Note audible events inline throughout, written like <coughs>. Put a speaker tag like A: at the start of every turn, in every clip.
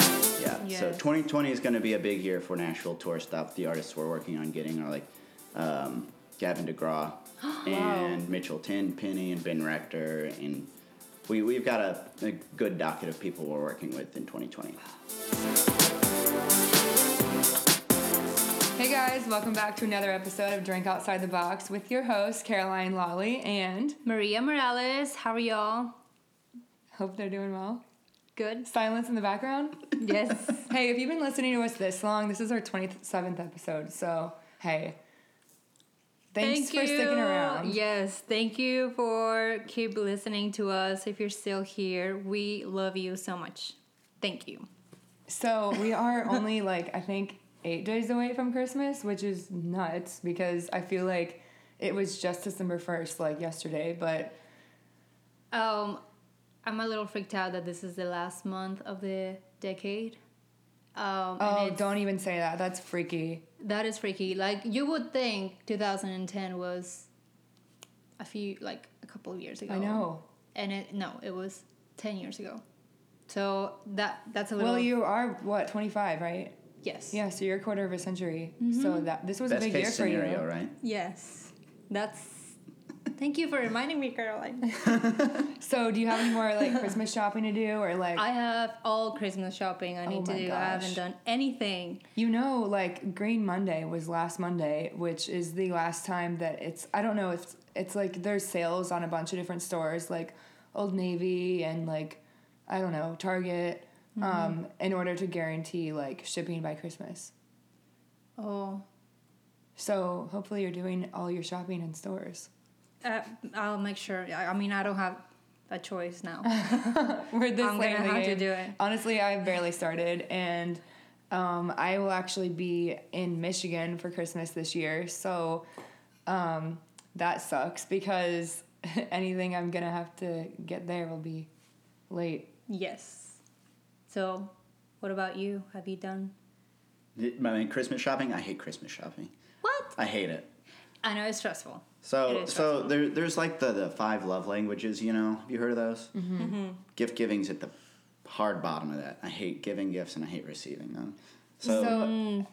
A: So
B: Yes.
A: 2020 is going to be a big year for Nashville Tour Stop. The artists we're working on getting are like um, Gavin
B: <gasps>
A: DeGraw and Mitchell Tenpenny and Ben Rector. And we, we've got a, a good docket of people we're working with in 2020.
B: Hey guys, welcome back to another episode of Drink Outside the Box with your host, Caroline Lolly, and
C: Maria Morales, how are y'all?
B: hope they're doing well.
C: Good.
B: <laughs> Silence in the background.
C: Yes.
B: Hey, if you've been listening to us this long, this is our 27th episode, so hey. Thanks for sticking around.
C: Yes, thank you for keep listening to us. If you're still here, we love you so much. Thank you.
B: So we are only <laughs> like I think eight days away from Christmas, which is nuts because I feel like it was just December first, like yesterday. But
C: Um, I'm a little freaked out that this is the last month of the decade. Um, and
B: oh,
C: it's-
B: don't even say that. That's freaky.
C: that is freaky. Like you would think 2010 was a few, like a couple of years ago.
B: I know.
C: And it no, it was 10 years ago. So that that's a little.
B: Well, you are what twenty five, right?
C: yes.
B: Yeah, so you're a quarter of a century.
C: Mm-hmm.
B: So that this was
A: Best
B: a big year
A: case
B: for you.
A: scenario, right?
C: Yes. That's. Thank you for reminding me, Caroline.
B: So do you have any more like Christmas shopping to do, or like
C: <laughs> I have all Christmas shopping I need
B: Oh
C: to
B: my
C: do. I
B: gosh.
C: haven't done anything.
B: You know, like Green Monday was last Monday, which is the last time that it's. I don't know if it's like there's sales on a bunch of different stores, like Old Navy and like I don't know Target,
C: Mm-hmm.
B: um, in order to guarantee like shipping by Christmas.
C: Oh,
B: So hopefully you're doing all your shopping in stores.
C: uh, I'll make sure. I I mean, I don't have a choice now. <laughs>
B: We're this
C: I'm
B: late
C: gonna
B: in the
C: have to
B: game.
C: do it.
B: Honestly, I've barely started, and um, I will actually be in Michigan for Christmas this year. So um, that sucks because <laughs> anything I'm gonna have to get there will be late.
C: yes. So, what about you? Have you done
A: I mean, Christmas shopping? I hate Christmas shopping.
C: what?
A: I hate it.
C: I know it's stressful. It
A: So, so
C: is stressful.
A: there, there's like the, the five love languages, you know? Have you heard of those? Mm-hmm. Gift giving's at the hard bottom of that. I hate giving gifts and I hate receiving them. So,
B: So,
C: Mm.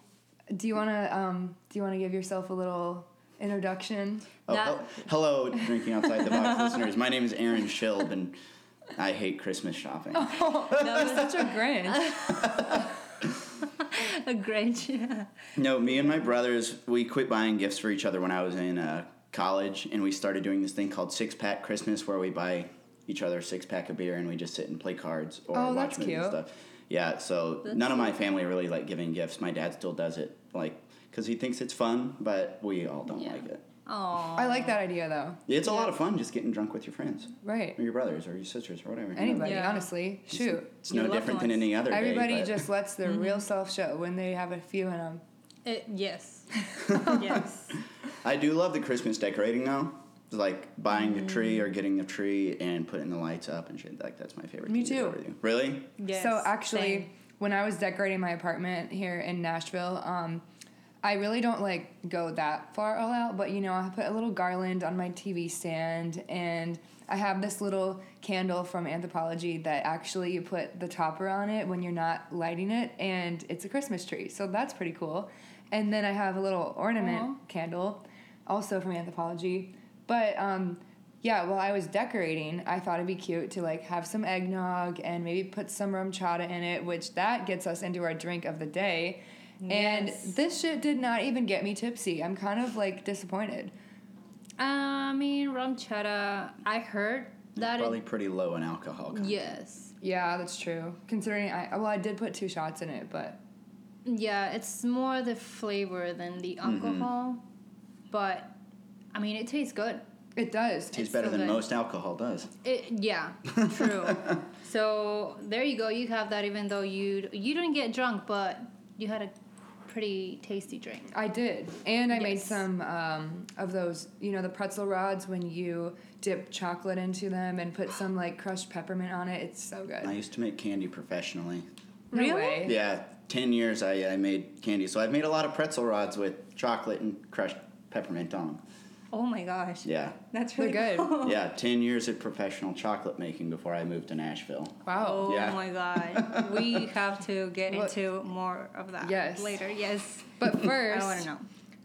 B: do you wanna um, do you wanna give yourself a little
C: <laughs>
B: introduction?
A: oh,
C: that-
A: hel- hello, drinking outside the box
B: <laughs>
A: listeners. My name is Aaron Shilb, and I hate Christmas shopping.
B: Oh. You're such a grinch.
C: A Grinch. <laughs>
A: No, me and my brothers, we quit buying gifts for each other when I was in uh, college, and we started doing this thing called Six Pack Christmas, where we buy each other a six pack of beer and we just sit and play cards or watch
B: Oh, that's
A: movies and
B: cute.
A: stuff. Yeah, so none of my family really like giving gifts. My dad still does it, like, because he thinks it's fun, but we all don't
C: Yeah.
A: like it.
C: Oh,
B: I like that idea though.
A: It's a lot of fun just getting drunk with your friends,
B: Right.
A: or your brothers, or your sisters, or whatever. you know.
B: Anybody,
C: Yeah.
B: honestly, shoot.
A: It's
C: Your
A: no
C: loved
A: different than
C: ones.
A: any other. day,
B: Everybody
A: but-
B: just lets
C: Mm-hmm.
B: their real self show when they have a few in them.
C: it, yes. <laughs> yes.
A: I do love the Christmas decorating though. Like buying the tree or getting the tree and putting the lights up and shit. Like that's my favorite.
B: Me
A: thing to
B: too.
A: ever do. Really?
C: Yes.
B: so actually,
C: same.
B: when I was decorating my apartment here in Nashville, um, I really don't like go that far all out, but you know, I put a little garland on my TV stand and I have this little candle from Anthropology that actually you put the topper on it when you're not lighting it and it's a Christmas tree. So that's pretty cool. And then I have a little ornament candle also from Anthropology. But um, yeah, while I was decorating, I thought it'd be cute to like have some eggnog and maybe put some rum chata in it, which that gets us into our drink of the day.
C: Yes.
B: And this shit did not even get me tipsy. I'm kind of like disappointed.
C: I mean, rum chata. I heard that.
A: Probably
C: It,
A: pretty low in alcohol. content.
C: yes.
B: Yeah, that's true. Considering I well, I did put two shots in it, but
C: Yeah, it's more the flavor than the
A: Mm-hmm.
C: alcohol, but I mean, it tastes good.
B: it does.
A: Tastes
C: It's
A: better
C: so
A: than
C: good.
A: most alcohol does.
C: It, yeah,
A: <laughs>
C: true. so there you go. You have that, even though you you didn't get drunk, but you had a pretty tasty drink.
B: I did, and I made
C: Yes.
B: some um, of those. You know, the pretzel rods when you dip chocolate into them and put some like crushed peppermint on it. It's so good.
A: I used to make candy professionally.
B: No
C: Really?
B: way.
A: Yeah, ten years I, I made candy. So I've made a lot of pretzel rods with chocolate and crushed peppermint on. 'em.
C: Oh my gosh.
A: Yeah.
C: That's
B: They're
C: really <laughs>
B: good.
C: cool.
A: Yeah, 10 years of professional chocolate making before I moved to Nashville.
B: Wow.
C: Oh
A: Yeah. <laughs>
C: my god. we have to get
B: Well-
C: into more of that
B: Yes.
C: later. Yes.
B: <laughs> But
C: I
B: first,
C: want to know.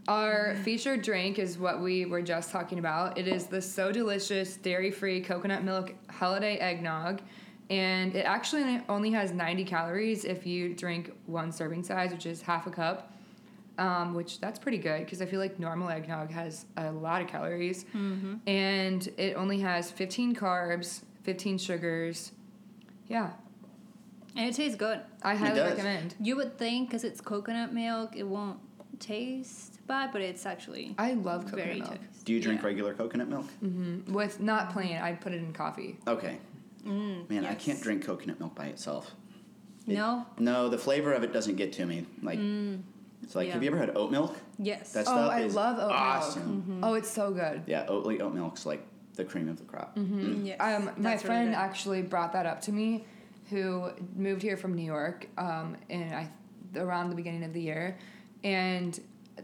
B: Our
C: Mm-hmm.
B: featured drink is what we were just talking about. It is the so delicious dairy free coconut milk holiday eggnog. And it actually only has 90 calories if you drink one serving size, which is half a cup, um, which that's pretty good because I feel like normal eggnog has a lot of calories.
C: Mm-hmm.
B: And it only has 15 carbs, 15 sugars. Yeah,
C: And it tastes good.
B: I highly
A: does.
B: recommend.
C: You would think because it's coconut milk, it won't taste bad, but it's actually
B: I love coconut
C: very
B: milk.
C: tasty.
A: Do you drink
C: Yeah.
A: regular coconut milk?
B: With not plain, I put it in coffee.
A: Okay.
B: Mm,
A: Man, I can't
C: yes.
A: drink coconut milk by itself.
C: No.
A: No, the flavor of it doesn't get to me. Like, it's like, have
C: yeah.
A: you ever had oat milk?
C: Yes.
A: That
B: Mm, Oh,
A: stuff
B: I
A: is
B: love oat milk.
A: awesome.
C: Mm-hmm.
B: Oh, it's so good.
A: Yeah, Oatly oat milk's like the cream of the crop.
C: Mm-hmm. Yes.
B: Um, my
C: That's really
B: friend
C: good.
B: actually brought that up to me, who moved here from New York, um, and I around the beginning of the year, and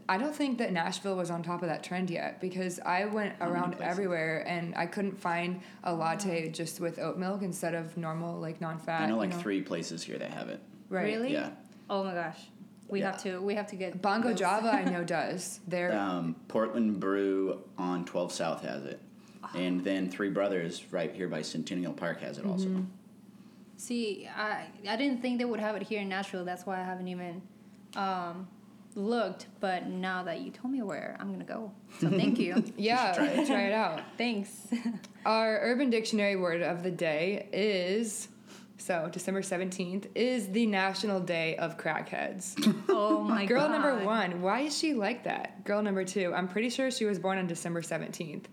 B: I don't think that Nashville was on top of that trend yet because I went
C: Oh,
A: many
B: around
A: places?
B: everywhere and I couldn't find a latte just with oat milk instead of normal like non-fat.
A: I know
B: you
A: like three places here that have it.
B: Right.
C: Really?
A: Yeah.
C: Oh my gosh. We
A: Yeah.
C: have to. We have to get
B: Bongo
C: those.
B: Java,
C: <laughs>
B: I know does. They're
A: Um, Portland Brew on 12 South has it.
B: Ah.
A: And then Three Brothers right here by Centennial Park has it
B: Mm-hmm.
A: also.
C: See, I I didn't think they would have it here in Nashville. That's why I haven't even um, looked. But now that you told me where, I'm gonna go.
B: <laughs>
C: So thank you.
B: yeah,
A: try it.
B: try it out. <laughs>
C: Thanks.
B: Our Urban Dictionary word of the day is so December 17th is the National Day of Crackheads.
C: <laughs> Oh my
B: Girl
C: god.
B: number 1, why is she like that? Girl number 2, I'm pretty sure she was born on December 17th.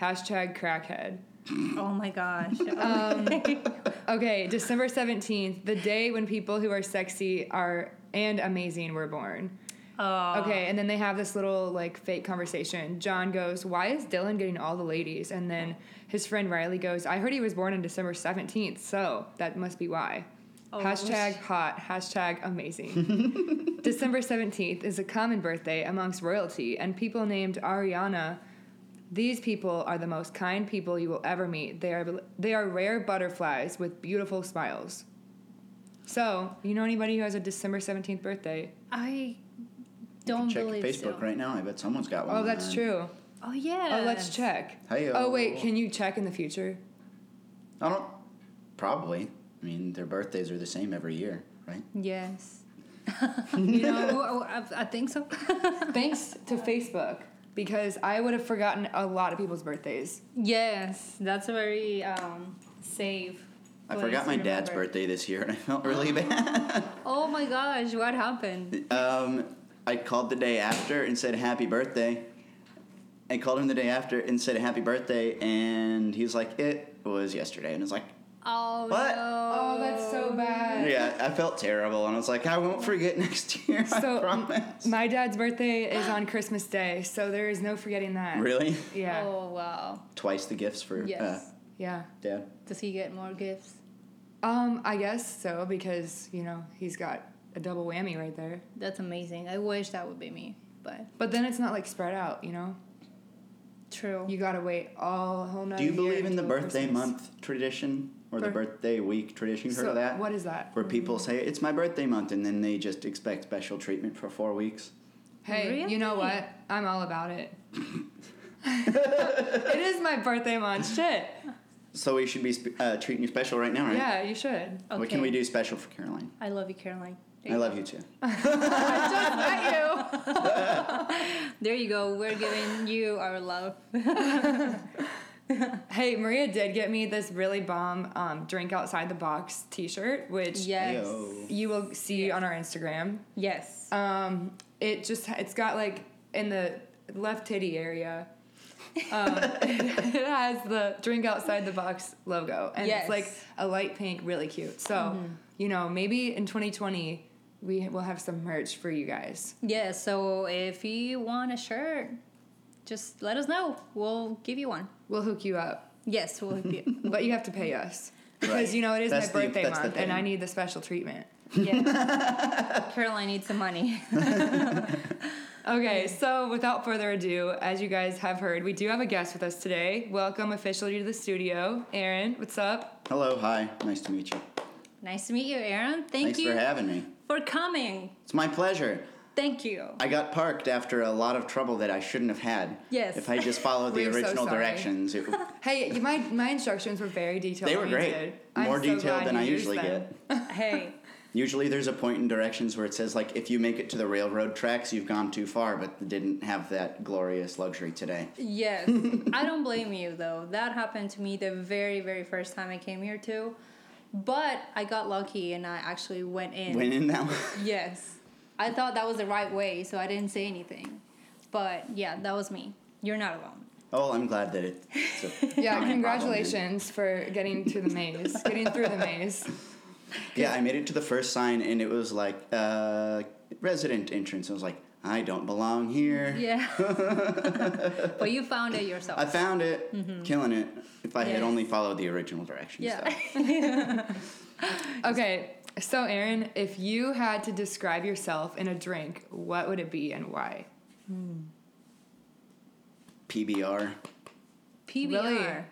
B: Hashtag crackhead.
C: Oh my gosh.
B: Okay, December 17th, the day when people who are sexy are and amazing were born.
C: Oh.
B: Okay, and then they have this little like fake conversation. John goes, "Why is Dylan getting all the ladies?" And then his friend Riley goes, "I heard he was born on December seventeenth, so that must be why."
C: Oh,
B: hashtag
C: sh-
B: hot. Hashtag amazing. December seventeenth is a common birthday amongst royalty and people named Ariana. These people are the most kind people you will ever meet. They are they are rare butterflies with beautiful smiles. So, you know anybody who has a December seventeenth birthday?
C: I
A: You can
C: don't
A: check
C: believe
A: Facebook
C: so.
A: right now. I bet someone's got one.
B: Oh, that's
A: on.
B: true.
C: Oh yeah.
B: Oh, let's check.
A: Hey-o.
B: Oh, wait, can you check in the future?
A: I don't. Probably. I mean, their birthdays are the same every year, right?
B: <laughs>
C: Yes. you know, I, I- I think so. <laughs>
B: Thanks to Facebook, because I would have forgotten a lot of people's birthdays.
C: yes, that's a very um, safe.
A: I
C: place
A: forgot
C: to
A: my dad's
C: remember.
A: birthday this year, and I felt really bad. <laughs>
C: Oh my gosh, what happened?
A: Um, I called the day after and said happy birthday. I called him the day after and said happy birthday, and he was like, "It was yesterday," and it's like,
C: Oh
A: What?
C: no.
B: Oh, that's so bad.
A: "Yeah, I felt terrible," and I was like, "I won't forget <laughs> next year. I
B: So, m-
A: promise."
B: my dad's birthday is on Christmas Day, so there is no forgetting that.
A: really?
B: Yeah.
C: Oh wow.
A: Twice the gifts for
C: Yes.
A: uh,
B: Yeah.
A: dad.
C: Does he get more gifts?
B: Um, I guess so, because, you know, he's got a double whammy right there.
C: That's amazing. I wish that would be me, but
B: But then it's not like spread out, you know?
C: true.
B: You gotta wait all whole nother
A: Do you
B: year
A: believe in the
B: until
A: birthday
B: Christmas.
A: month tradition or the
B: Bir-
A: birthday week tradition? You heard
B: So
A: of that?
B: What is that?
A: Where people say it's my birthday month and then they just expect special treatment for four weeks.
B: Hey, you know
C: Really?
B: what? I'm all about
A: <laughs>
B: it. it is my birthday month. Shit.
A: So we should be sp- uh, treating you special right now, right?
B: Yeah,
C: <laughs>
B: you should.
A: What can we do special for Caroline?
C: I love you, Caroline. There
A: I
C: you
A: love
C: go.
A: you too.
B: I just met you.
C: There you go. We're <laughs> giving you our love.
B: Hey, Maria did get me this really bomb um, drink outside the box T-shirt, which
C: Yes.
A: Ayo.
B: you will see
C: Yes.
B: on our Instagram.
C: Yes.
B: Um, it just it's got like in the left titty area. Um, <laughs> it has the drink outside the box logo, and
C: Yes.
B: it's like a light pink, really cute. So you know, maybe in 2020 we will have some merch for you guys.
C: yeah. So if you want a shirt, just let us know. We'll give you one.
B: We'll hook you up,
A: <laughs>
C: Yes, we'll hook you.
B: but you have to pay us. because
A: Right.
B: you know it is
A: That's
B: my
A: the-
B: birthday
A: that's the
B: month and I
A: thing.
B: need the special treatment.
C: Yeah.
A: <laughs>
C: Caroline needs some money. <laughs>
B: Okay, so without further ado, as you guys have heard, we do have a guest with us today. Welcome officially to the studio, Aaron. What's up?
A: Hello, hi, nice to meet you.
C: nice to meet you, Aaron. Thank
A: Thanks
C: you
A: for having me.
C: for coming.
A: It's my pleasure.
C: Thank you.
A: I got parked after a lot of trouble that I shouldn't have had.
C: Yes.
A: If I just followed the
B: <laughs> We're so
A: original
B: sorry.
A: directions, it, w-
B: Hey, you- my my instructions were very detailed.
A: they were
B: when you
A: great.
B: did. I'm
A: More
B: so
A: detailed
B: glad
A: than
B: you
A: I
B: used
A: usually
B: them.
A: get. <laughs>
C: hey,
A: Usually there's a point in directions where it says like if you make it to the railroad tracks, you've gone too far, but didn't have that glorious luxury today.
C: yes. I don't blame you though. That happened to me the very, very first time I came here too. But I got lucky and I actually went in.
A: When in that one.
C: Yes. I thought that was the right way, so I didn't say anything. But yeah, that was me. You're not alone.
A: Oh, I'm glad that it. It's a
B: Yeah,
A: common problem, man.
B: congratulations for getting to the maze, getting through the
A: <laughs>
B: maze.
A: Yeah, I made it to the first sign and it was like uh, resident entrance. I was like, I don't belong here. <laughs>
C: Yeah. but you found it yourself.
A: I found it, killing it. If I had
C: Yeah.
A: only followed the original directions.
C: yeah.
A: though.
C: <laughs>
B: Okay, so Aaron, if you had to describe yourself in a drink, what would it be and why?
A: PBR
C: PBR.
B: Really?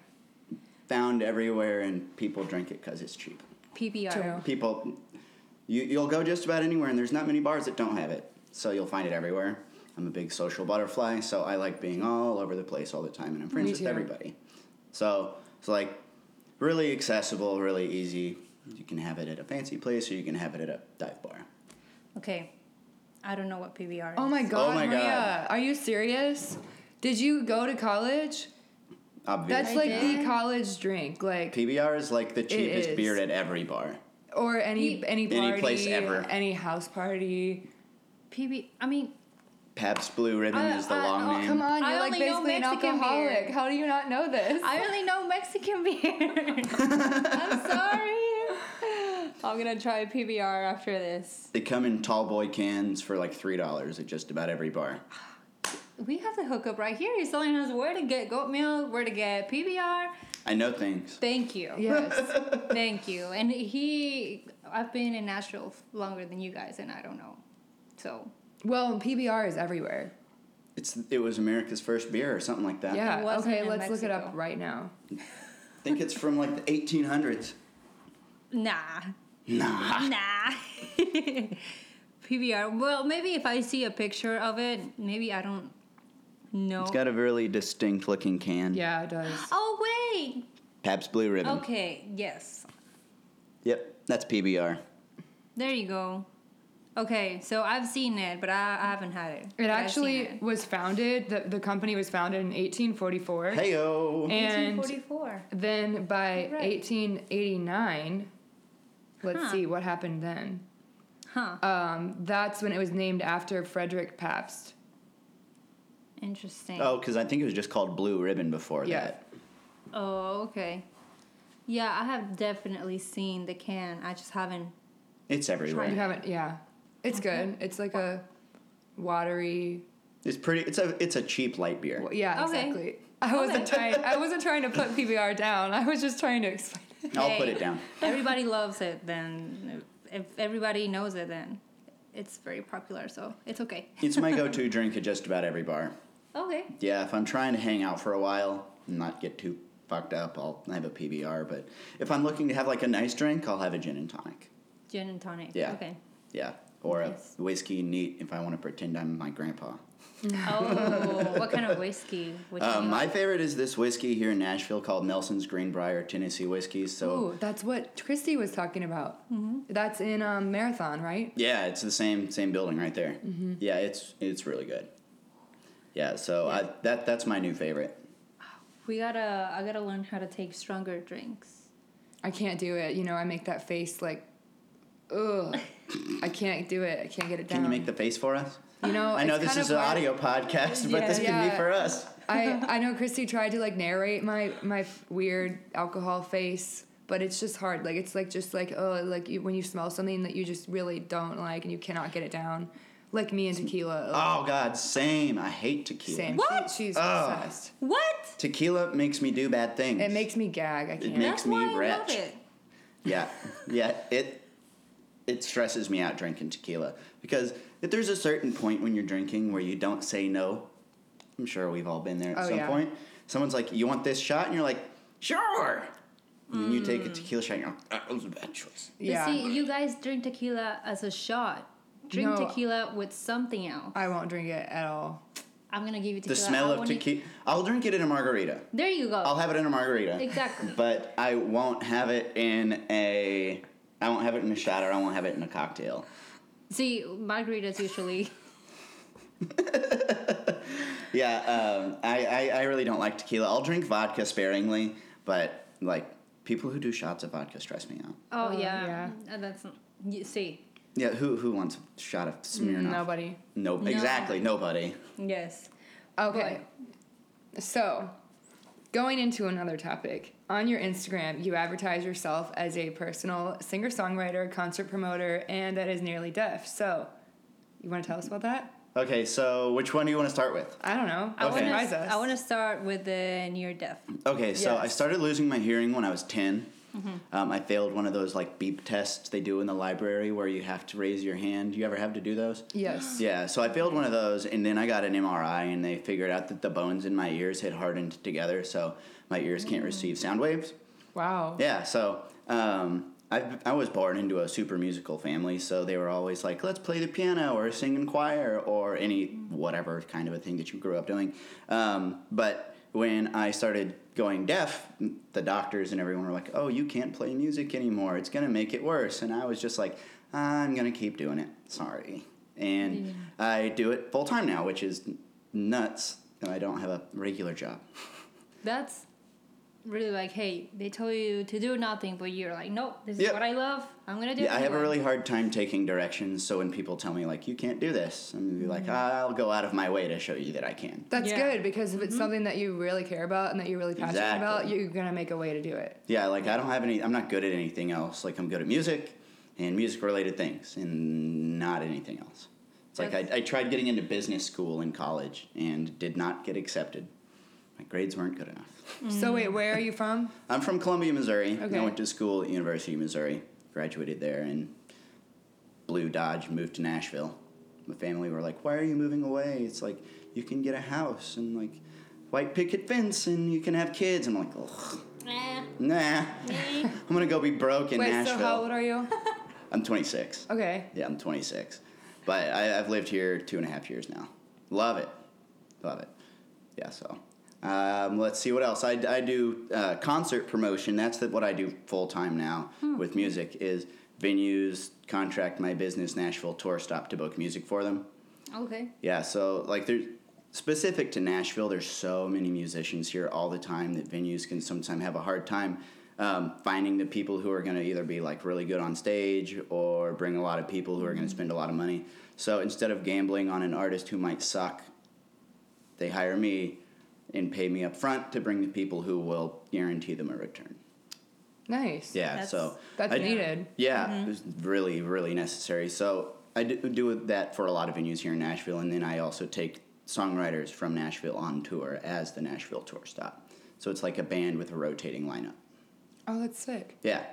A: found everywhere and people drink it because it's cheap.
C: PBR.
B: True.
A: People, you, you'll go just about anywhere and there's not many bars that don't have it. So you'll find it everywhere. I'm a big social butterfly, so I like being all over the place all the time and I'm friends
B: Me
A: with
B: too.
A: everybody. So it's like really accessible, really easy. You can have it at a fancy place or you can have it at a dive bar.
C: Okay. I don't know what PBR is.
B: Oh my god,
A: my
B: Maria,
A: God.
B: are you serious? Did you go to college?
A: Obviously.
B: That's
C: I
B: like the
C: did.
B: college drink, like
A: PBR is like the cheapest
B: is.
A: beer at every bar.
B: or any any party,
A: Any place ever.
B: any house party.
C: PB. I mean,
A: Pabst Blue Ribbon
C: I-
A: is the
C: I-
A: long
C: oh,
A: name.
B: Come on,
C: I
B: you're like
C: only know
B: basically an
C: Mexican beer.
B: alcoholic. How do you not know this?
C: I only know Mexican beer. I'm sorry. I'm gonna try PBR after this.
A: They come in tall boy cans for like three dollars at just about every bar.
C: We have the hookup right here. He's telling us where to get goat milk, where to get PBR.
A: I know things.
C: Thank you.
B: yes.
C: Thank you. And he, I've been in Nashville f- longer than you guys, and I don't know. So
B: Well, PBR is everywhere.
A: It's it was America's first beer or something like that.
B: Yeah.
C: Uh, wasn't
B: Okay,
C: in
B: let's look it up
C: Mexico.
B: right now.
A: I think it's from like the 1800s.
C: nah,
A: Nah.
C: nah. <laughs> PBR. Well, maybe if I see a picture of it, maybe I don't know.
A: It's got a really distinct looking can.
B: Yeah,
C: <gasps>
B: it does.
C: oh wait.
A: Pabst Blue Ribbon.
C: Okay. Yes.
A: Yep, that's PBR.
C: There you go. Okay, so I've seen it, but I, I haven't had it. But
B: It
C: I've
B: actually
C: seen it.
B: was founded. The, the company was founded in 1844,
A: Heyo.
B: and
C: 1944.
B: then by
C: Right.
B: 1889, let's
C: Huh.
B: see what happened then.
C: Huh.
B: Um, that's when it was named after Frederick Pabst.
C: Interesting.
A: Oh, because I think it was just called Blue Ribbon before
B: Yeah.
A: that.
C: Oh, okay. Yeah, I have definitely seen the can. I just haven't.
A: It's everywhere.
B: You haven't, yeah. It's good. It's like a watery.
A: It's pretty. It's a it's a cheap light beer.
B: well, Yeah,
C: Okay.
B: exactly. I wasn't trying. I wasn't trying to put PBR down. I was just trying to explain. It.
A: I'll put
C: Hey.
A: it down.
B: <laughs>
C: Everybody loves it. Then, if everybody knows it, then it's very popular. So it's okay.
A: It's my go-to drink at just about every bar.
C: Okay.
A: Yeah, if I'm trying to hang out for a while and not get too fucked up, I'll have a PBR. But if I'm looking to have like a nice drink, I'll have a gin and tonic.
C: Gin and tonic.
A: Yeah. <laughs>
C: Okay.
A: Yeah, or
C: Nice.
A: a whiskey neat if I want to pretend I'm my grandpa.
C: Oh, what kind of whiskey? Which
A: Uh,
C: one?
A: my favorite is this whiskey here in Nashville called Nelson's Greenbrier Tennessee Whiskey. So
B: Ooh, Oh, that's what Christy was talking about.
C: Mm-hmm.
B: That's in um, Marathon, right?
A: yeah, it's the same same building right there.
B: Mm-hmm.
A: Yeah, it's it's really good. Yeah, so I, that that's my new favorite.
C: we gotta. I gotta learn how to take stronger drinks.
B: I can't do it. You know, I make that face like,
C: <coughs>
B: ugh. I can't do it. I can't get it down.
A: Can you make the face for us?
B: You know,
A: I know
B: Oh, it's
A: this
B: kind
A: is
B: of
A: an
B: hard.
A: audio podcast, but
B: Yeah,
A: this can be
B: yeah.
A: for us. <laughs>
B: I I know Christy tried to like narrate my my weird alcohol face, but it's just hard. Like it's like just like oh like you, when you smell something that you just really don't like and you cannot get it down, like me and tequila. ugh,
A: Oh God, same. I hate tequila.
B: same.
C: What?
B: She, she's
A: Ugh.
B: obsessed.
C: What?
A: Tequila makes me do bad things.
B: It makes me gag. I can't.
A: makes me
C: why I love
A: wretched.
C: it.
A: Yeah, yeah. It it stresses me out drinking tequila because if there's a certain point when you're drinking where you don't say no, I'm sure we've all been there at
B: Oh,
A: some
B: yeah.
A: point. Someone's like, "You want this shot?" and you're like, "Sure." And then you take
C: Mm.
A: a tequila shot. and You're like, "That was a bad choice."
C: But
B: Yeah.
C: see, you guys drink tequila as a shot. Drink
B: No.
C: tequila with something else.
B: I won't drink it at all.
C: I'm gonna give you tequila.
A: The smell
C: I
A: of
C: want you-
A: tequila. I'll drink it in a margarita.
C: There you go.
A: I'll have it in a margarita.
C: Exactly.
A: But I won't have it in a. I won't have it in a shot, or I won't have it in a cocktail.
C: See, margaritas usually. <laughs> Oh,
A: Yeah, um, I, I I really don't like tequila. I'll drink vodka sparingly, but like people who do shots of vodka stress me out.
C: Oh,
B: Oh,
C: yeah.
B: yeah.
C: And that's you see.
A: Yeah, who who wants a shot of Smirnoff?
B: Mm, Nobody.
A: No, exactly nobody.
C: Yes.
B: Okay. So, going into another topic, on your Instagram, you advertise yourself as a personal singer songwriter, concert promoter, and that is nearly deaf. So, you want to tell us about that?
A: Okay, so which one do you want to start with?
B: I don't know.
C: I
A: Okay.
C: wanna
B: Surprise us.
C: I wanna start with the near death.
A: Okay, so I
B: Yes. Mm-hmm.
A: started losing my hearing when I was 10 Um, I failed one of those like beep tests they do in the library where you have to raise your hand. You ever have to do those?
C: <gasps>
B: Yes.
A: Yeah, so I failed one of those, and then I got an MRI, and they figured out that the bones in my ears had hardened together, so my ears can't
B: Mm.
A: receive sound waves.
B: Wow.
A: Yeah, so um, I, I was born into a super musical family, so they were always like, let's play the piano or sing in choir or any whatever kind of a thing that you grew up doing. Um, but when I started going deaf, the doctors and everyone were like, oh, you can't play music anymore. It's going to make it worse. And I was just like, I'm going to keep doing it. Sorry. And I do it full time now, which is n- nuts. And I don't have a regular job.
C: That's really like, hey, they tell you to do nothing, but you're like, nope, this is
A: Yep.
C: what I love. I'm gonna do
A: Yeah, I have a
C: anyway."
A: really hard time taking directions. So when people tell me like you can't do this, I'm gonna be like, "Ah, I'll go out of my way to show you that I can.
B: That's
C: Yeah. Mm-hmm.
B: good because if it's something that you really care about and that you're really passionate about,
A: Exactly.
B: you're going to make a way to do it.
A: Yeah, like I don't have any. I'm not good at anything else. Like I'm good at music and music related things, and not anything else. It's like I, I tried getting into business school in college and did not get accepted. My grades weren't good enough.
C: Mm.
B: So, wait, where are you from?
A: I'm from Columbia, Missouri. and
B: Okay.
A: I went to school at University of Missouri, graduated there, and blew Dodge, moved to Nashville. My family were like, "Why are you moving away? It's like you can get a house and like white picket fence, and you can have kids." I'm like, Ugh,
C: Eh,
A: "Nah,
C: <laughs> eh.
A: I'm gonna go be broke <laughs> in
B: wait,
A: Nashville."
B: so how old
C: <laughs>
B: are you?
A: I'm 26.
B: Okay.
A: Yeah, I'm 26, but I, I've lived here two and a half years now. Love it, love it. Yeah, so. Um, let's see what else I, I do. Uh, concert promotion. That's the, what I do full time now with music. Is venues contract my business Nashville tour stop to book music for them.
C: okay.
A: Yeah, so like there's specific to Nashville, there's so many musicians here all the time that venues can sometimes have a hard time um, finding the people who are going to either be like really good on stage or bring a lot of people who are going to spend a lot of money. So instead of gambling on an artist who might suck, they hire me and pay me up front to bring the people who will guarantee them a return.
B: Nice.
A: Yeah,
C: That's-
A: so
B: That's
A: I-
B: needed.
A: yeah, it was really, really necessary. So I do, do that for a lot of venues here in Nashville, and then I also take songwriters from Nashville on tour as the Nashville tour stop. So it's like a band with a rotating lineup.
B: Oh, that's sick.
A: Yeah,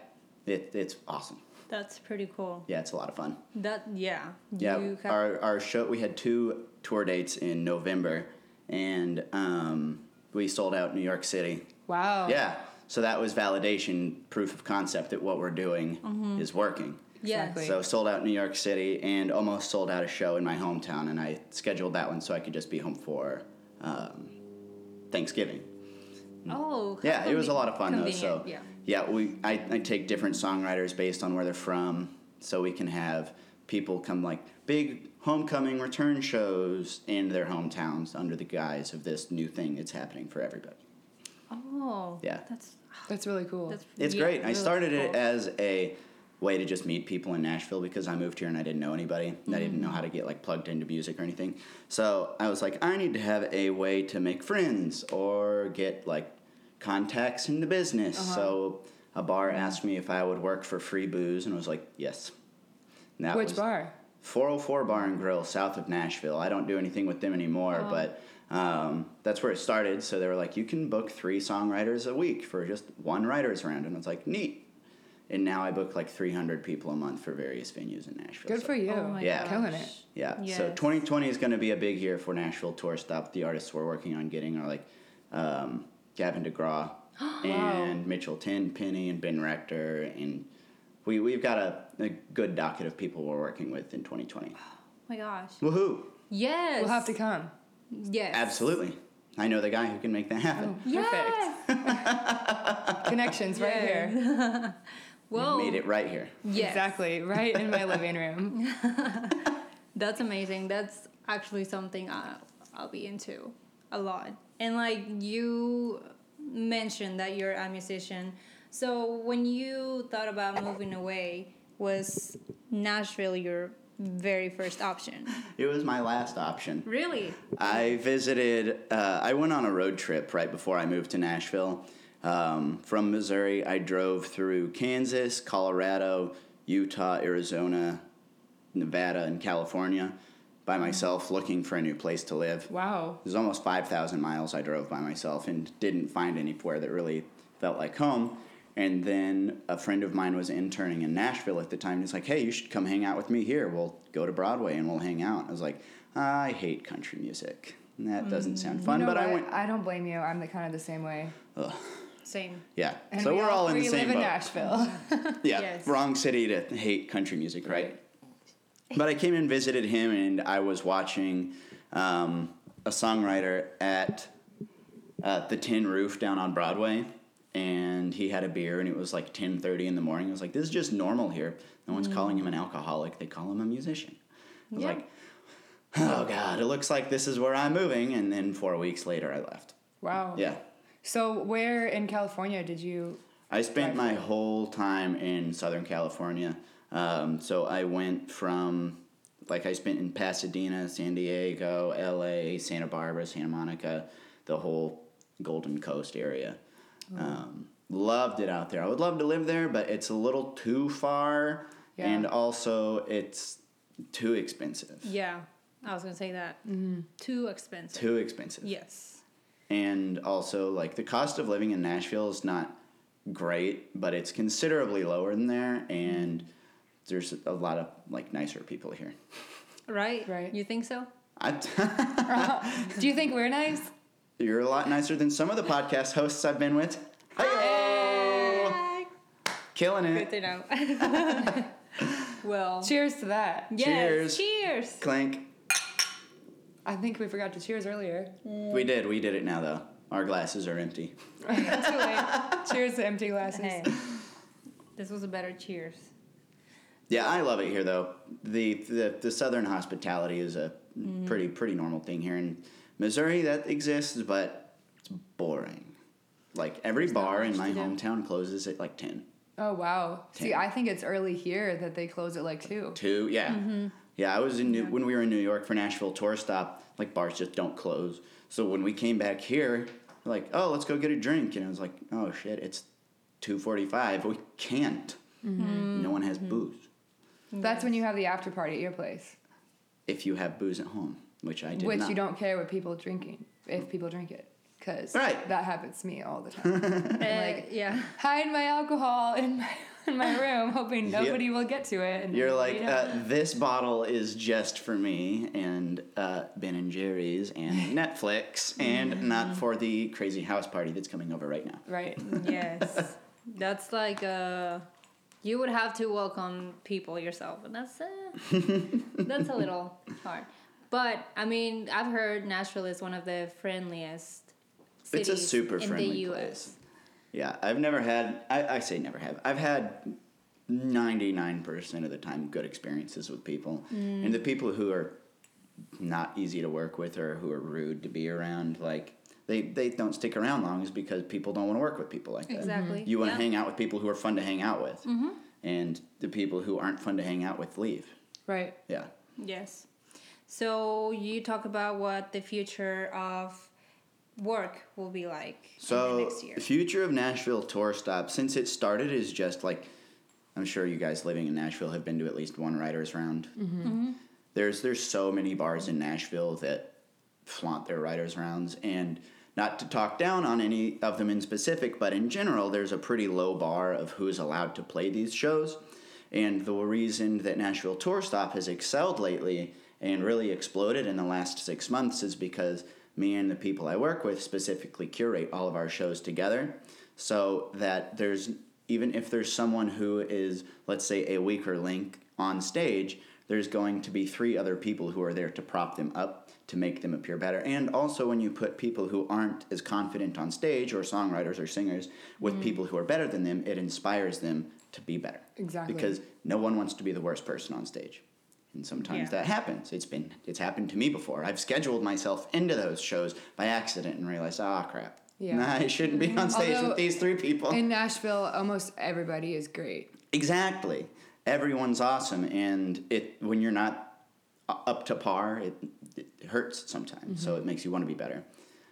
A: it, it's awesome.
C: That's pretty cool.
A: Yeah, it's a lot of fun.
C: That yeah.
A: Yeah,
C: You have,
A: our, our show, we had two tour dates in November, and um, we sold out New York City.
B: Wow.
A: Yeah, so that was validation, proof of concept that what we're doing is working.
C: yes.
B: Exactly.
A: So sold out New York City and almost sold out a show in my hometown, and I scheduled that one so I could just be home for um, Thanksgiving.
C: Oh how
A: Yeah, it was a
C: conven-
A: lot of fun though.
C: convenient,
A: So
C: yeah.
A: yeah, we I, I take different songwriters based on where they're from, so we can have people come like big homecoming return shows in their hometowns under the guise of this new thing that's happening for everybody.
C: Oh.
A: Yeah.
C: That's
B: That's really cool.
C: that's
A: It's
C: yeah,
A: great. I
C: really
A: started it
C: cool.
A: as a way to just meet people in Nashville because I moved here and I didn't know anybody. and I
C: Mm-hmm.
A: didn't know how to get like plugged into music or anything. So I was like, I need to have a way to make friends or get like contacts in the business.
C: Uh-huh.
A: So a bar asked me if I would work for free booze, and I was like, yes. And that
B: Which
A: was
B: bar?
A: 404 Bar and Grill south of Nashville. I don't do anything with them anymore,
B: Oh.
A: but um, that's where it started. So they were like, you can book three songwriters a week for just one writer's round. And I was like, neat. and now I book like 300 people a month for various venues in Nashville.
B: Good
A: So-
B: for you.
C: Oh my
A: Yeah.
B: Killing it.
C: gosh.
A: Yeah. So
C: Yes.
A: 2020 is going to be a big year for Nashville tour stuff. The artists we're working on getting are like um, Gavin
B: <gasps>
A: DeGraw and Mitchell Tin Penny and Ben Rector and we we've got a, a good docket of people we're working with in 2020.
C: Oh my gosh.
A: Woohoo!
C: Yes.
B: We'll have to come.
C: Yes.
A: Absolutely. I know the guy who can make that happen.
C: Yes.
B: Connections right
C: Yeah.
B: here.
C: Whoa.
A: Made it right here.
C: <laughs> Yes.
B: Exactly. Right in my
C: <laughs>
B: living room.
C: That's amazing. That's actually something I, I'll be into a lot. And like you mentioned that you're a musician. So when you thought about moving away, was Nashville your very first
B: <laughs>
C: option?
A: It was my last option.
C: Really?
A: I visited. Uh, I went on a road trip right before I moved to Nashville. Um, from Missouri, I drove through Kansas, Colorado, Utah, Arizona, Nevada, and California by myself, looking for a new place to live.
B: Wow.
A: It was almost 5,000 miles I drove by myself and didn't find anywhere that really felt like home. And then a friend of mine was interning in Nashville at the time. He's like, hey, you should come hang out with me here. We'll go to Broadway and we'll hang out. I was like, I hate country music. And that doesn't sound fun,
B: Mm, You know
A: but I
B: what?
A: went,
B: I don't blame you. I'm the kind of the same way.
C: Same.
A: yeah.
B: And
A: so
B: we
A: we are all in
B: three
A: the same
B: live in
A: boat.
B: Nashville. <laughs>
A: <laughs> yeah,
C: Yes.
A: wrong city to hate country music, right? But I came and visited him, and I was watching um, a songwriter at uh, the Tin Roof down on Broadway, and he had a beer, and it was like ten thirty in the morning. I was like, "This is just normal here. No one's calling him an alcoholic; they call him a musician." I was
C: Mm. Yeah.
A: like, "Oh God, it looks like this is where I'm moving." And then four weeks later, I left.
B: wow.
A: Yeah.
B: So where in California did you
A: I spent my
B: Drive
A: whole time in Southern California. Um, so I went from, like, I spent in Pasadena, San Diego, LA, Santa Barbara, Santa Monica, the whole Golden Coast area. Um, loved it out there. I would love to live there, but it's a little too far.
B: Yeah.
A: And also, it's too expensive.
C: Yeah. I was gonna say that. Too expensive.
A: Mm-hmm. Too expensive.
C: Yes.
A: and also like the cost of living in Nashville is not great, but it's considerably lower than there, and there's a lot of like nicer people here.
C: Right?
B: Right.
C: You think so?
A: I, <laughs>
B: Do you think we're nice?
C: <laughs>
A: you're a lot nicer than some of the podcast hosts I've been with. Killing
C: Good
A: it.
C: to know. <laughs> well.
B: Cheers to that.
A: Cheers.
C: Yes. Cheers.
A: Clank.
B: I think we forgot to cheers earlier.
A: We did. We did it now though. Our glasses are empty.
C: Too late.
B: cheers to empty glasses.
C: Hey, this was a better cheers.
A: Yeah, I love it here though. The the, the southern hospitality is a pretty pretty normal thing here in Missouri that exists, but it's boring. Like every bar in
C: much
A: my
C: to do.
A: hometown closes at like 10.
B: Oh wow. See,
A: Ten.
B: I think it's early here that they close at like two.
A: 2, yeah. Yeah, I was in New, when we were in New York for Nashville tour stop, like bars just don't close. So when we came back here, like, "Oh, let's go get a drink." And I was like, "Oh shit, it's 2:45. We can't. No one has booze.
B: That's when you have the after party at your place,
A: If you have booze at home, which I did
B: which
A: not.
B: you don't care what people drinking if people drink it, because
A: Right.
B: that happens to me all the time.
A: Uh,
C: like,
B: Like-
C: yeah.
B: Hide my alcohol in my <laughs> in my room, hoping
A: Yep.
B: nobody will get to it. And
A: You're
B: then,
A: like,
B: you know.
A: uh, this bottle is just for me and uh, Ben and Jerry's
C: <laughs>
A: and Netflix
C: Mm-hmm.
A: and not for the crazy house party that's coming over right now.
B: right.
C: Yes. That's like uh you would have to welcome people yourself, and that's uh,
A: <laughs>
C: that's a little hard. But I mean, I've heard Nashville is one of the friendliest cities
A: It's a super
C: in
A: friendly
C: the U.S.
A: place. Yeah, I've never had, I, I say never have, I've had 99% of the time good experiences with people.
C: Mm.
A: And the people who are not easy to work with or who are rude to be around, like, they, they don't stick around long is because people don't want to work with people like that.
C: Exactly.
A: Mm-hmm. You want
C: Yeah.
A: to hang out with people who are fun to hang out with, and the people who aren't fun to hang out with leave.
B: Right.
A: Yeah,
C: Yes. So you talk about what the future of work will be like in
A: So
C: the next year.
A: the future of Nashville tour stop, since it started, is just like I'm sure you guys living in Nashville have been to at least one writers round.
C: Mm-hmm.
A: There's there's so many bars in Nashville that flaunt their writers rounds, and not to talk down on any of them in specific, but in general, there's a pretty low bar of who's allowed to play these shows. And the reason that Nashville Tour Stop has excelled lately and really exploded in the last six months is because me and the people I work with specifically curate all of our shows together so that there's even if there's someone who is, let's say, a weaker link on stage, there's going to be three other people who are there to prop them up to make them appear better. And also, when you put people who aren't as confident on stage or songwriters or singers with people who are better than them, it inspires them to be better.
B: Exactly.
A: Because no one wants to be the worst person on stage. And sometimes
C: Yeah.
A: that happens. It's been it's happened to me before. I've scheduled myself into those shows by accident and realized, ah, crap. <laughs>
B: Yeah. Mm-hmm.
A: I shouldn't be on stage
B: Although-
A: with these three people.
B: In Nashville, almost everybody is great.
A: Exactly. Everyone's awesome, and it when you're not u- up to par, it, it hurts sometimes. So it makes you want to be better.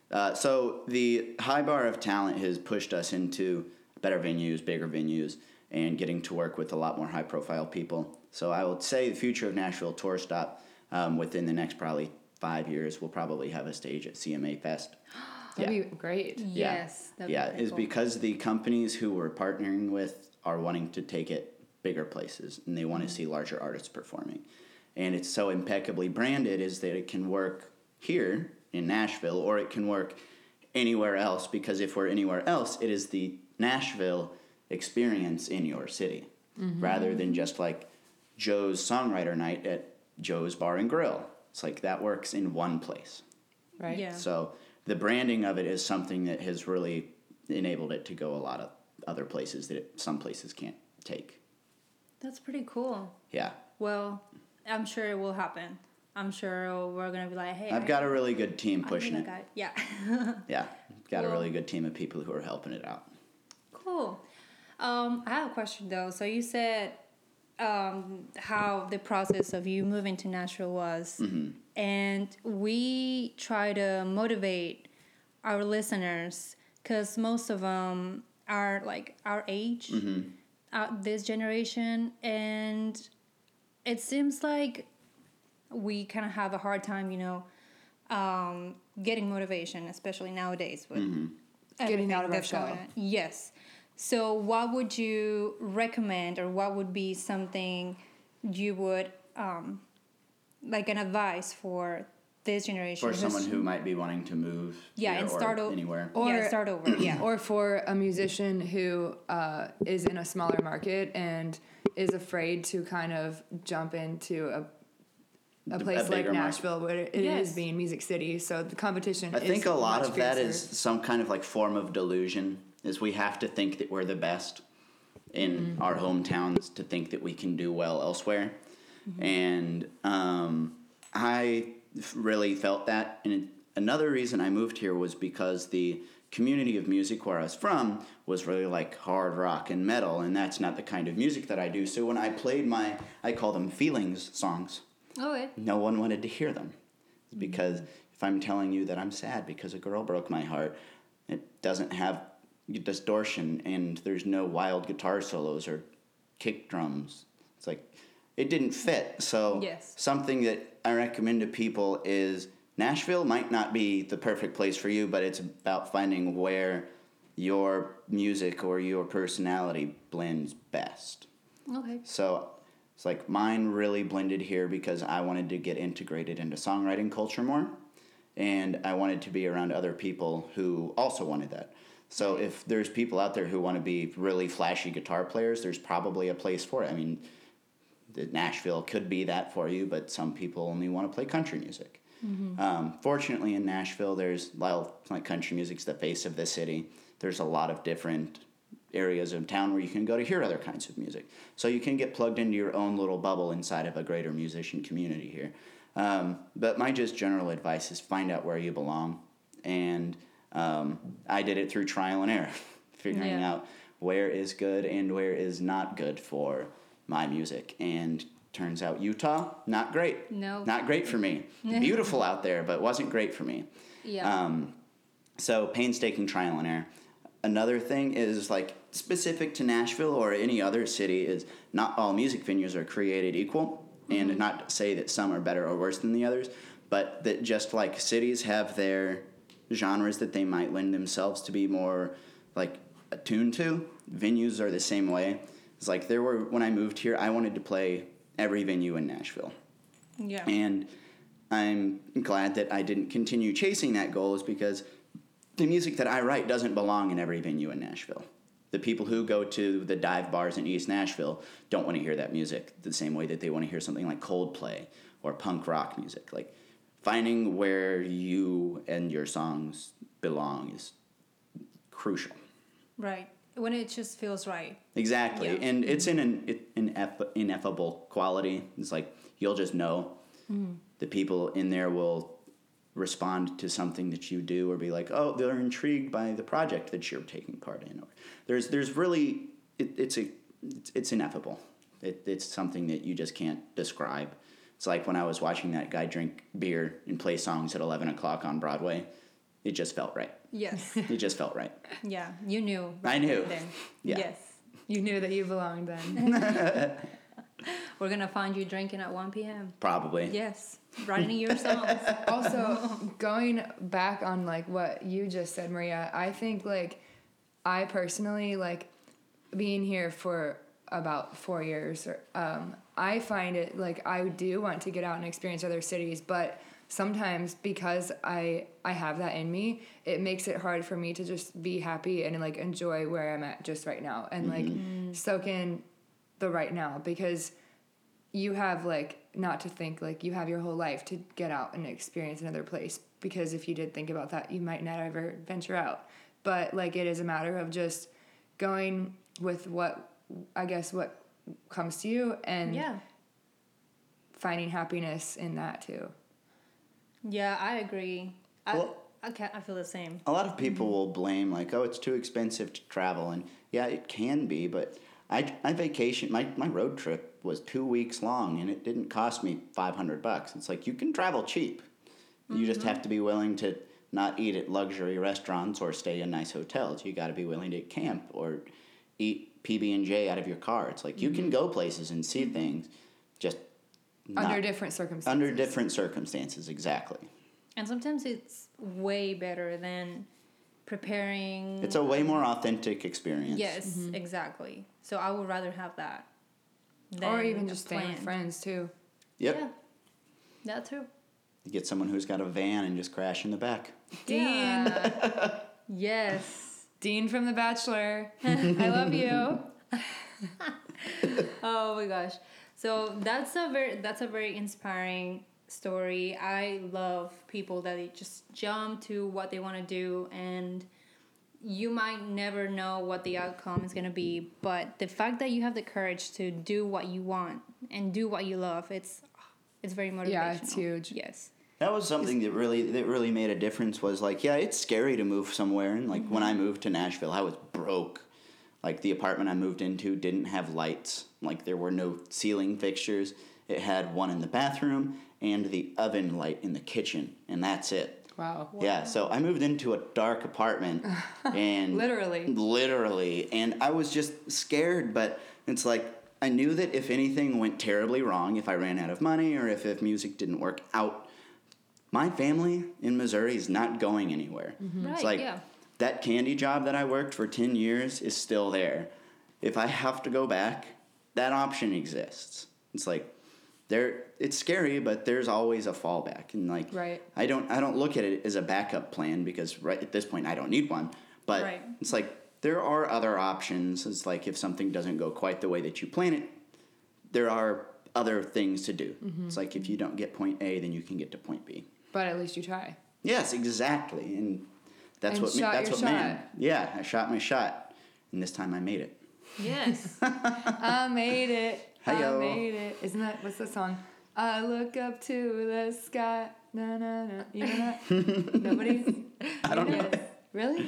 A: Uh, so the high bar of talent has pushed us into better venues, bigger venues, and getting to work with a lot more high-profile people. So I would say the future of Nashville Tour Stop um, within the next probably five years, we'll probably have a stage at CMA Fest.
B: That'd
A: Yeah.
B: be great.
A: Yeah.
C: Yes. that'd be
A: yeah,
C: pretty
A: is
C: cool.
A: because the companies who we're partnering with are wanting to take it bigger places and they
C: Mm-hmm.
A: want to see larger artists performing. And it's so impeccably branded is that it can work here in Nashville or it can work anywhere else because if we're anywhere else, it is the Nashville experience in your city
C: Mm-hmm.
A: rather than just like Joe's songwriter night at Joe's Bar and Grill. It's like that works in one place.
B: Right.
C: Yeah.
A: So the branding of it is something that has really enabled it to go a lot of other places that it, some places can't take.
C: That's pretty cool.
A: Yeah.
C: Well, I'm sure it will happen. I'm sure we're gonna be like, hey,
A: I've got a really good team
C: I
A: pushing
C: think
A: it.
C: I got- Yeah. <laughs>
A: Yeah. Got a
C: Cool.
A: really good team of people who are helping it out.
C: cool. Um, I have a question though. So you said um, how the process of you moving to Nashville was, and we try to motivate our listeners because most of them are like our age, uh, this generation, and it seems like we kind of have a hard time, you know, um, getting motivation, especially nowadays with
A: Mm-hmm.
C: everything
B: out of our
C: that's going
B: shell.
C: on. Yes. So, what would you recommend, or what would be something you would um, like an advice for this generation?
A: For
C: who's-
A: someone who might be wanting to move
C: yeah,
A: here
C: and
A: or
C: start over
A: anywhere.
C: Yeah,
B: Or-
C: start <clears throat> over. Yeah.
B: Or for a musician who uh, is in a smaller market and is afraid to kind of jump into a
A: D-
B: a
A: a
B: place like
A: bigger market.
B: Nashville, where it is
C: Yes.
B: being Music City, so the competition.
A: I
B: is
A: think a lot
B: much
A: of that
B: fiercer.
A: is some kind of like form of delusion is we have to think that we're the best in
B: Mm-hmm.
A: our hometowns to think that we can do well elsewhere.
B: Mm-hmm.
A: And um, I f- really felt that. And another reason I moved here was because the community of music where I was from was really like hard rock and metal, and that's not the kind of music that I do. So when I played my, I call them feelings songs
C: Oh, it.
A: no one wanted to hear them because if i'm telling you that i'm sad because a girl broke my heart it doesn't have distortion and there's no wild guitar solos or kick drums it's like it didn't fit so
C: Yes.
A: something that i recommend to people is nashville might not be the perfect place for you but it's about finding where your music or your personality blends best
C: Okay.
A: so it's like mine really blended here because I wanted to get integrated into songwriting culture more. And I wanted to be around other people who also wanted that. So if there's people out there who want to be really flashy guitar players, there's probably a place for it. I mean, the Nashville could be that for you, but some people only want to play country music. Um, fortunately, in Nashville, there's well, like country music's the face of the city. There's a lot of different areas of town where you can go to hear other kinds of music. So you can get plugged into your own little bubble inside of a greater musician community here. Um, but my just general advice is find out where you belong, and um, I did it through trial and error, <laughs> figuring
C: Yeah.
A: out where is good and where is not good for my music. And turns out Utah, not great.
C: No.
A: Not great for me. Beautiful out there, but wasn't great for me.
C: Yeah.
A: Um, so painstaking trial and error. Another thing is like specific to Nashville or any other city is not all music venues are created equal, and not to say that some are better or worse than the others, but that just like cities have their genres that they might lend themselves to be more like attuned to. Venues are the same way. It's like there were when I moved here, I wanted to play every venue in Nashville.
C: Yeah.
A: And I'm glad that I didn't continue chasing that goal is because the music that I write doesn't belong in every venue in Nashville. The people who go to the dive bars in East Nashville don't want to hear that music the same way that they want to hear something like Coldplay or punk rock music. Like finding where you and your songs belong is crucial.
C: right. When it just feels right.
A: Exactly,
C: Yeah.
A: and it's in an it, ineff- ineffable quality. It's like you'll just know the people in there will respond to something that you do, or be like, "Oh, they're intrigued by the project that you're taking part in." Or there's there's really it, it's a it's, it's ineffable. It, it's something that you just can't describe. It's like when I was watching that guy drink beer and play songs at eleven o'clock on Broadway. It just felt right.
C: Yes.
A: It just felt right.
C: <laughs> yeah. You knew.
A: I knew.
C: Then.
A: Yeah.
C: Yes.
B: You knew that you belonged then.
C: We're gonna find you drinking at 1 p.m.
A: Probably.
C: Yes. Writing your songs.
B: also, going back on like what you just said, Maria, I think like I personally like being here for about four years. Or, um, I find it like I do want to get out and experience other cities, but sometimes because I I have that in me, it makes it hard for me to just be happy and like enjoy where I'm at just right now and like soak in the right now because you have like not to think like you have your whole life to get out and experience another place because if you did think about that you might not ever venture out but like it is a matter of just going with what i guess what comes to you and
C: Yeah.
B: finding happiness in that too
C: Yeah, I agree. I,
A: Well-
C: I, ca- I feel the same.
A: a lot of people
B: Mm-hmm.
A: will blame like oh it's too expensive to travel and yeah it can be but i, I vacation my, my road trip was two weeks long and it didn't cost me 500 bucks it's like you can travel cheap you
B: Mm-hmm.
A: just have to be willing to not eat at luxury restaurants or stay in nice hotels you got to be willing to camp or eat pb&j out of your car it's like you can go places and see things just
B: Mm-hmm. under
A: not-
B: different circumstances
A: under different circumstances exactly
C: And sometimes it's way better than preparing.
B: Mm-hmm.
A: it's a way more authentic experience
C: Yes, exactly. So I would rather have that.
B: or
C: than
B: even
C: a
B: just staying with
C: plan.
B: friends too
A: yep
C: Yeah, that too.
A: You get someone who's got a van and just crash in the back.
B: Dean.
C: Yeah. yes.
B: dean from the
C: <laughs>
B: bachelor i love you <laughs>
C: Oh my gosh. So that's a very that's a very inspiring story. I love people that they just jump to what they want to do and you might never know what the outcome is going to be, but the fact that you have the courage to do what you want and do what you love, it's it's very motivational.
B: Yeah, it's huge.
C: Yes.
A: That was something that really that really made a difference was like, yeah, it's scary to move somewhere and like when I moved to Nashville, I was broke. Like the apartment I moved into didn't have lights. Like there were no ceiling fixtures. It had one in the bathroom and the oven light in the kitchen, and that's it.
B: wow
A: Yeah, so I moved into a dark
B: <laughs>
A: apartment and
B: Literally.
A: literally and I was just scared but it's like I knew that if anything went terribly wrong, if I ran out of money or if, if music didn't work out, my family in Missouri is not going anywhere. It's
B: Mm-hmm.
C: Right,
A: like
C: yeah.
A: that candy job that I worked for 10 years is still there. If I have to go back, that option exists. It's like there it's scary, but there's always a fallback and like
B: Right.
A: I don't I don't look at it as a backup plan because right at this point I don't need one. But
C: Right.
A: it's like there are other options. It's like if something doesn't go quite the way that you plan it, there are other things to do.
C: Mm-hmm.
A: It's like if you don't get point A, then you can get to point B.
B: but at least you try
A: Yes, exactly. And that's
B: And
A: what me,
B: shot
A: that's
B: your
A: what man.
B: shot.
A: Yeah, I shot my shot, and this time I made it. <laughs>
C: Yes.
B: I made it.
A: Heyo.
B: I made it. Isn't that what's the song? I look up to the sky. Na na na. You know that?
A: <laughs>
B: Nobody.
A: I don't know.
B: Really?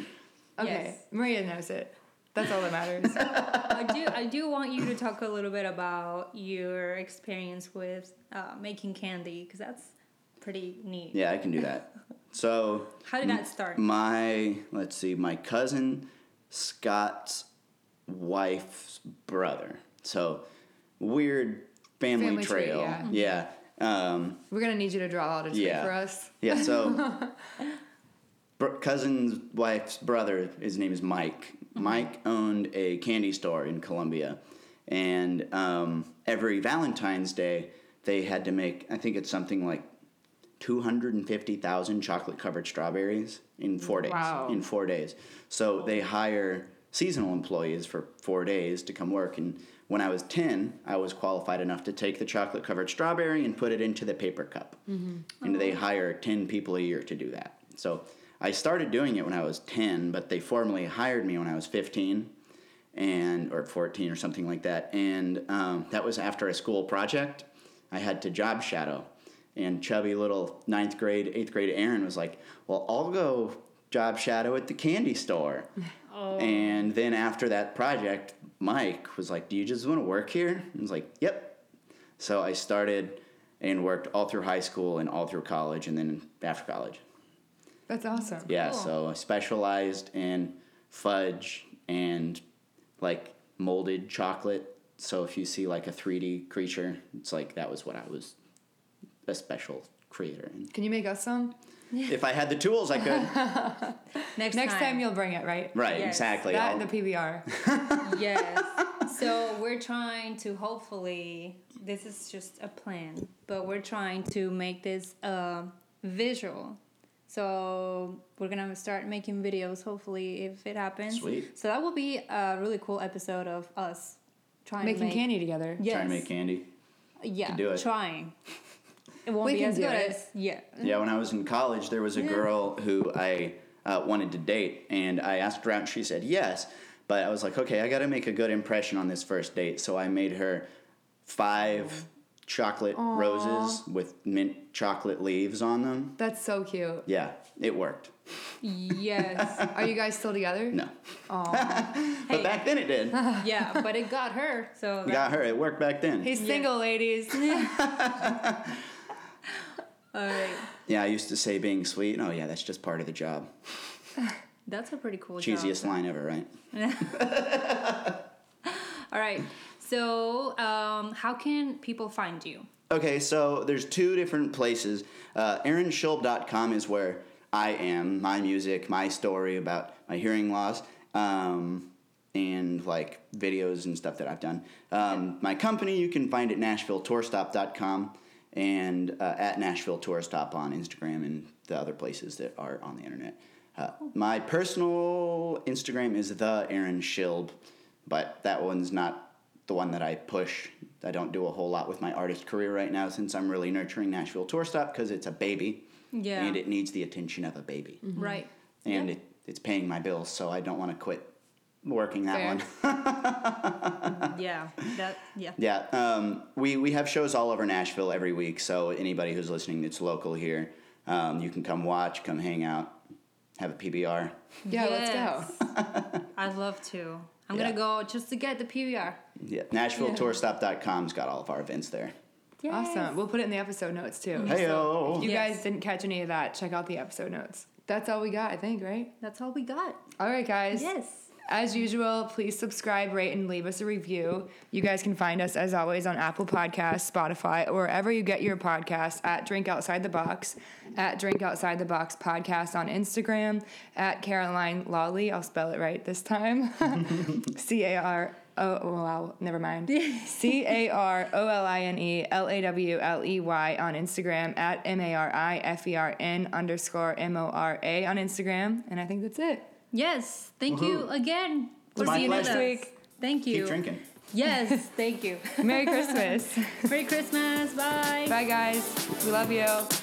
B: Okay.
C: Yes.
B: Maria knows it. That's all that
A: <laughs>
B: matters.
C: I do. I do want you to talk a little bit about your experience with uh, making candy because that's pretty neat.
A: <laughs> Yeah, Mm. I can do that. So
C: How did that start?
A: my let's see, my cousin Scott's wife's brother. So weird family,
B: Family tree,
A: trail.
B: yeah.
A: yeah. Um,
B: We're gonna need you to draw out a tree
A: Yeah.
B: for us.
A: Yeah, so br- cousin's wife's brother, his name is Mike. Mike owned a candy store in Columbia, and um, every Valentine's Day they had to make. I think it's something like. 250,000 chocolate covered strawberries in four days.
D: Wow.
A: In four days. So they hire seasonal employees for four days to come work. And when I was 10, I was qualified enough to take the chocolate covered strawberry and put it into the paper cup. And they hire 10 people a year to do that. So I started doing it when I was 10, but they formally hired me when I was 15 and or 14 or something like that and um, that was after a school project i had to job shadow and chubby little ninth grade eighth grade aaron was like well i'll go job shadow at the candy store and then after that project mike was like do you just want to work here and i was like yep so i started and worked all through high school and all through college and then after college
B: That's awesome.
A: yeah,
C: Cool.
A: so I specialized in fudge and like molded chocolate. So if you see like a 3D creature, it's like that was what I was a special creator in.
B: Can you make us some?
A: If I had the tools, I
B: <laughs>
A: could.
C: Next,
B: Next
C: <laughs>
B: time you'll bring it, right?
A: right,
C: Yes.
A: exactly.
B: That
A: I'll-
B: and the
A: <laughs>
B: PBR.
C: yes. So we're trying to hopefully this is just a plan, but we're trying to make this uh, visual. So we're gonna start making videos. Hopefully, if it happens,
A: Sweet.
C: So that will be a really cool episode of us trying to
B: Making
C: make,
B: candy together.
C: Yes,
A: Trying to make candy.
C: yeah,
A: do it.
C: trying. <laughs> It won't
B: We
C: be
B: can
C: as
B: do
C: good
B: it.
C: as yeah.
A: Yeah, when I was in college, there was a girl who I uh, wanted to date, and I asked her out, and she said yes. But I was like, okay, I got to make a good impression on this first date, so I made her five chocolate roses with mint chocolate leaves on them.
B: That's so cute.
A: Yeah, it worked.
C: Yes,
B: Are you guys still together?
A: No,
B: Oh,
A: <laughs> but
C: Hey.
A: back then it did. It
C: yeah, but it got her. So
A: got her. It worked back then.
B: he's single,
C: <laughs>
B: ladies.
C: all right,
A: yeah, I used to say being sweet. Oh yeah, that's just part of the job.
C: that's a pretty cool job.
A: Cheesiest line ever, right?
C: All right. So, um, how can people find you?
A: Okay, so there's two different places. Uh, AaronSchulp.com is where I am, my music, my story about my hearing loss, um, and like videos and stuff that I've done. Um, my company, you can find at NashvilleTourStop.com and uh, at Nashville Tour Stop on Instagram and the other places that are on the internet. Uh, my personal Instagram is the Aaron Schilb, but that one's not the one that I push. I don't do a whole lot with my artist career right now since I'm really nurturing Nashville Tour Stop because it's a baby.
C: Yeah. Mm-hmm.
A: And it needs the attention of a baby.
C: Right.
A: And it, it's paying my bills, so I don't want to quit working that
B: Fair.
A: one. <laughs>
C: Yeah. That. Yeah.
A: Yeah, um, we, we have shows all over Nashville every week, so anybody who's listening that's local here, um, you can come watch, come hang out, have a PBR.
B: Yeah, let's go.
C: go. <laughs> I'd love to. I'm
A: Yeah.
C: gonna go just to get the PBR.
A: Yeah, NashvilleTourStop.com's got all of our events there.
B: Awesome. We'll put it in the episode notes too.
A: Hey,
B: If
A: yo.
B: you
C: Yes.
B: guys didn't catch any of that, check out the episode notes. That's all we got, I think, right?
C: That's all we got.
B: All right, guys.
C: Yes.
B: As usual, please subscribe, rate, and leave us a review. You guys can find us, as always, on Apple Podcasts, Spotify, or wherever you get your podcasts at Drink Outside the Box, at Drink Outside the Box Podcast on Instagram, at Caroline Lawley. I'll spell it right this time. <laughs> C A R O oh, wow, never mind. C A R O L I N E L A W L E Y on Instagram at M A R I F E R N underscore M O R A on Instagram. And I think that's it.
C: Yes. Thank you again for
A: my
C: being with
A: pleasure.
C: us. Thank you.
A: Keep drinking. <laughs>
C: Yes. Thank you.
B: Merry Christmas. <laughs>
C: Merry Christmas. Bye.
B: Bye, guys. We love you.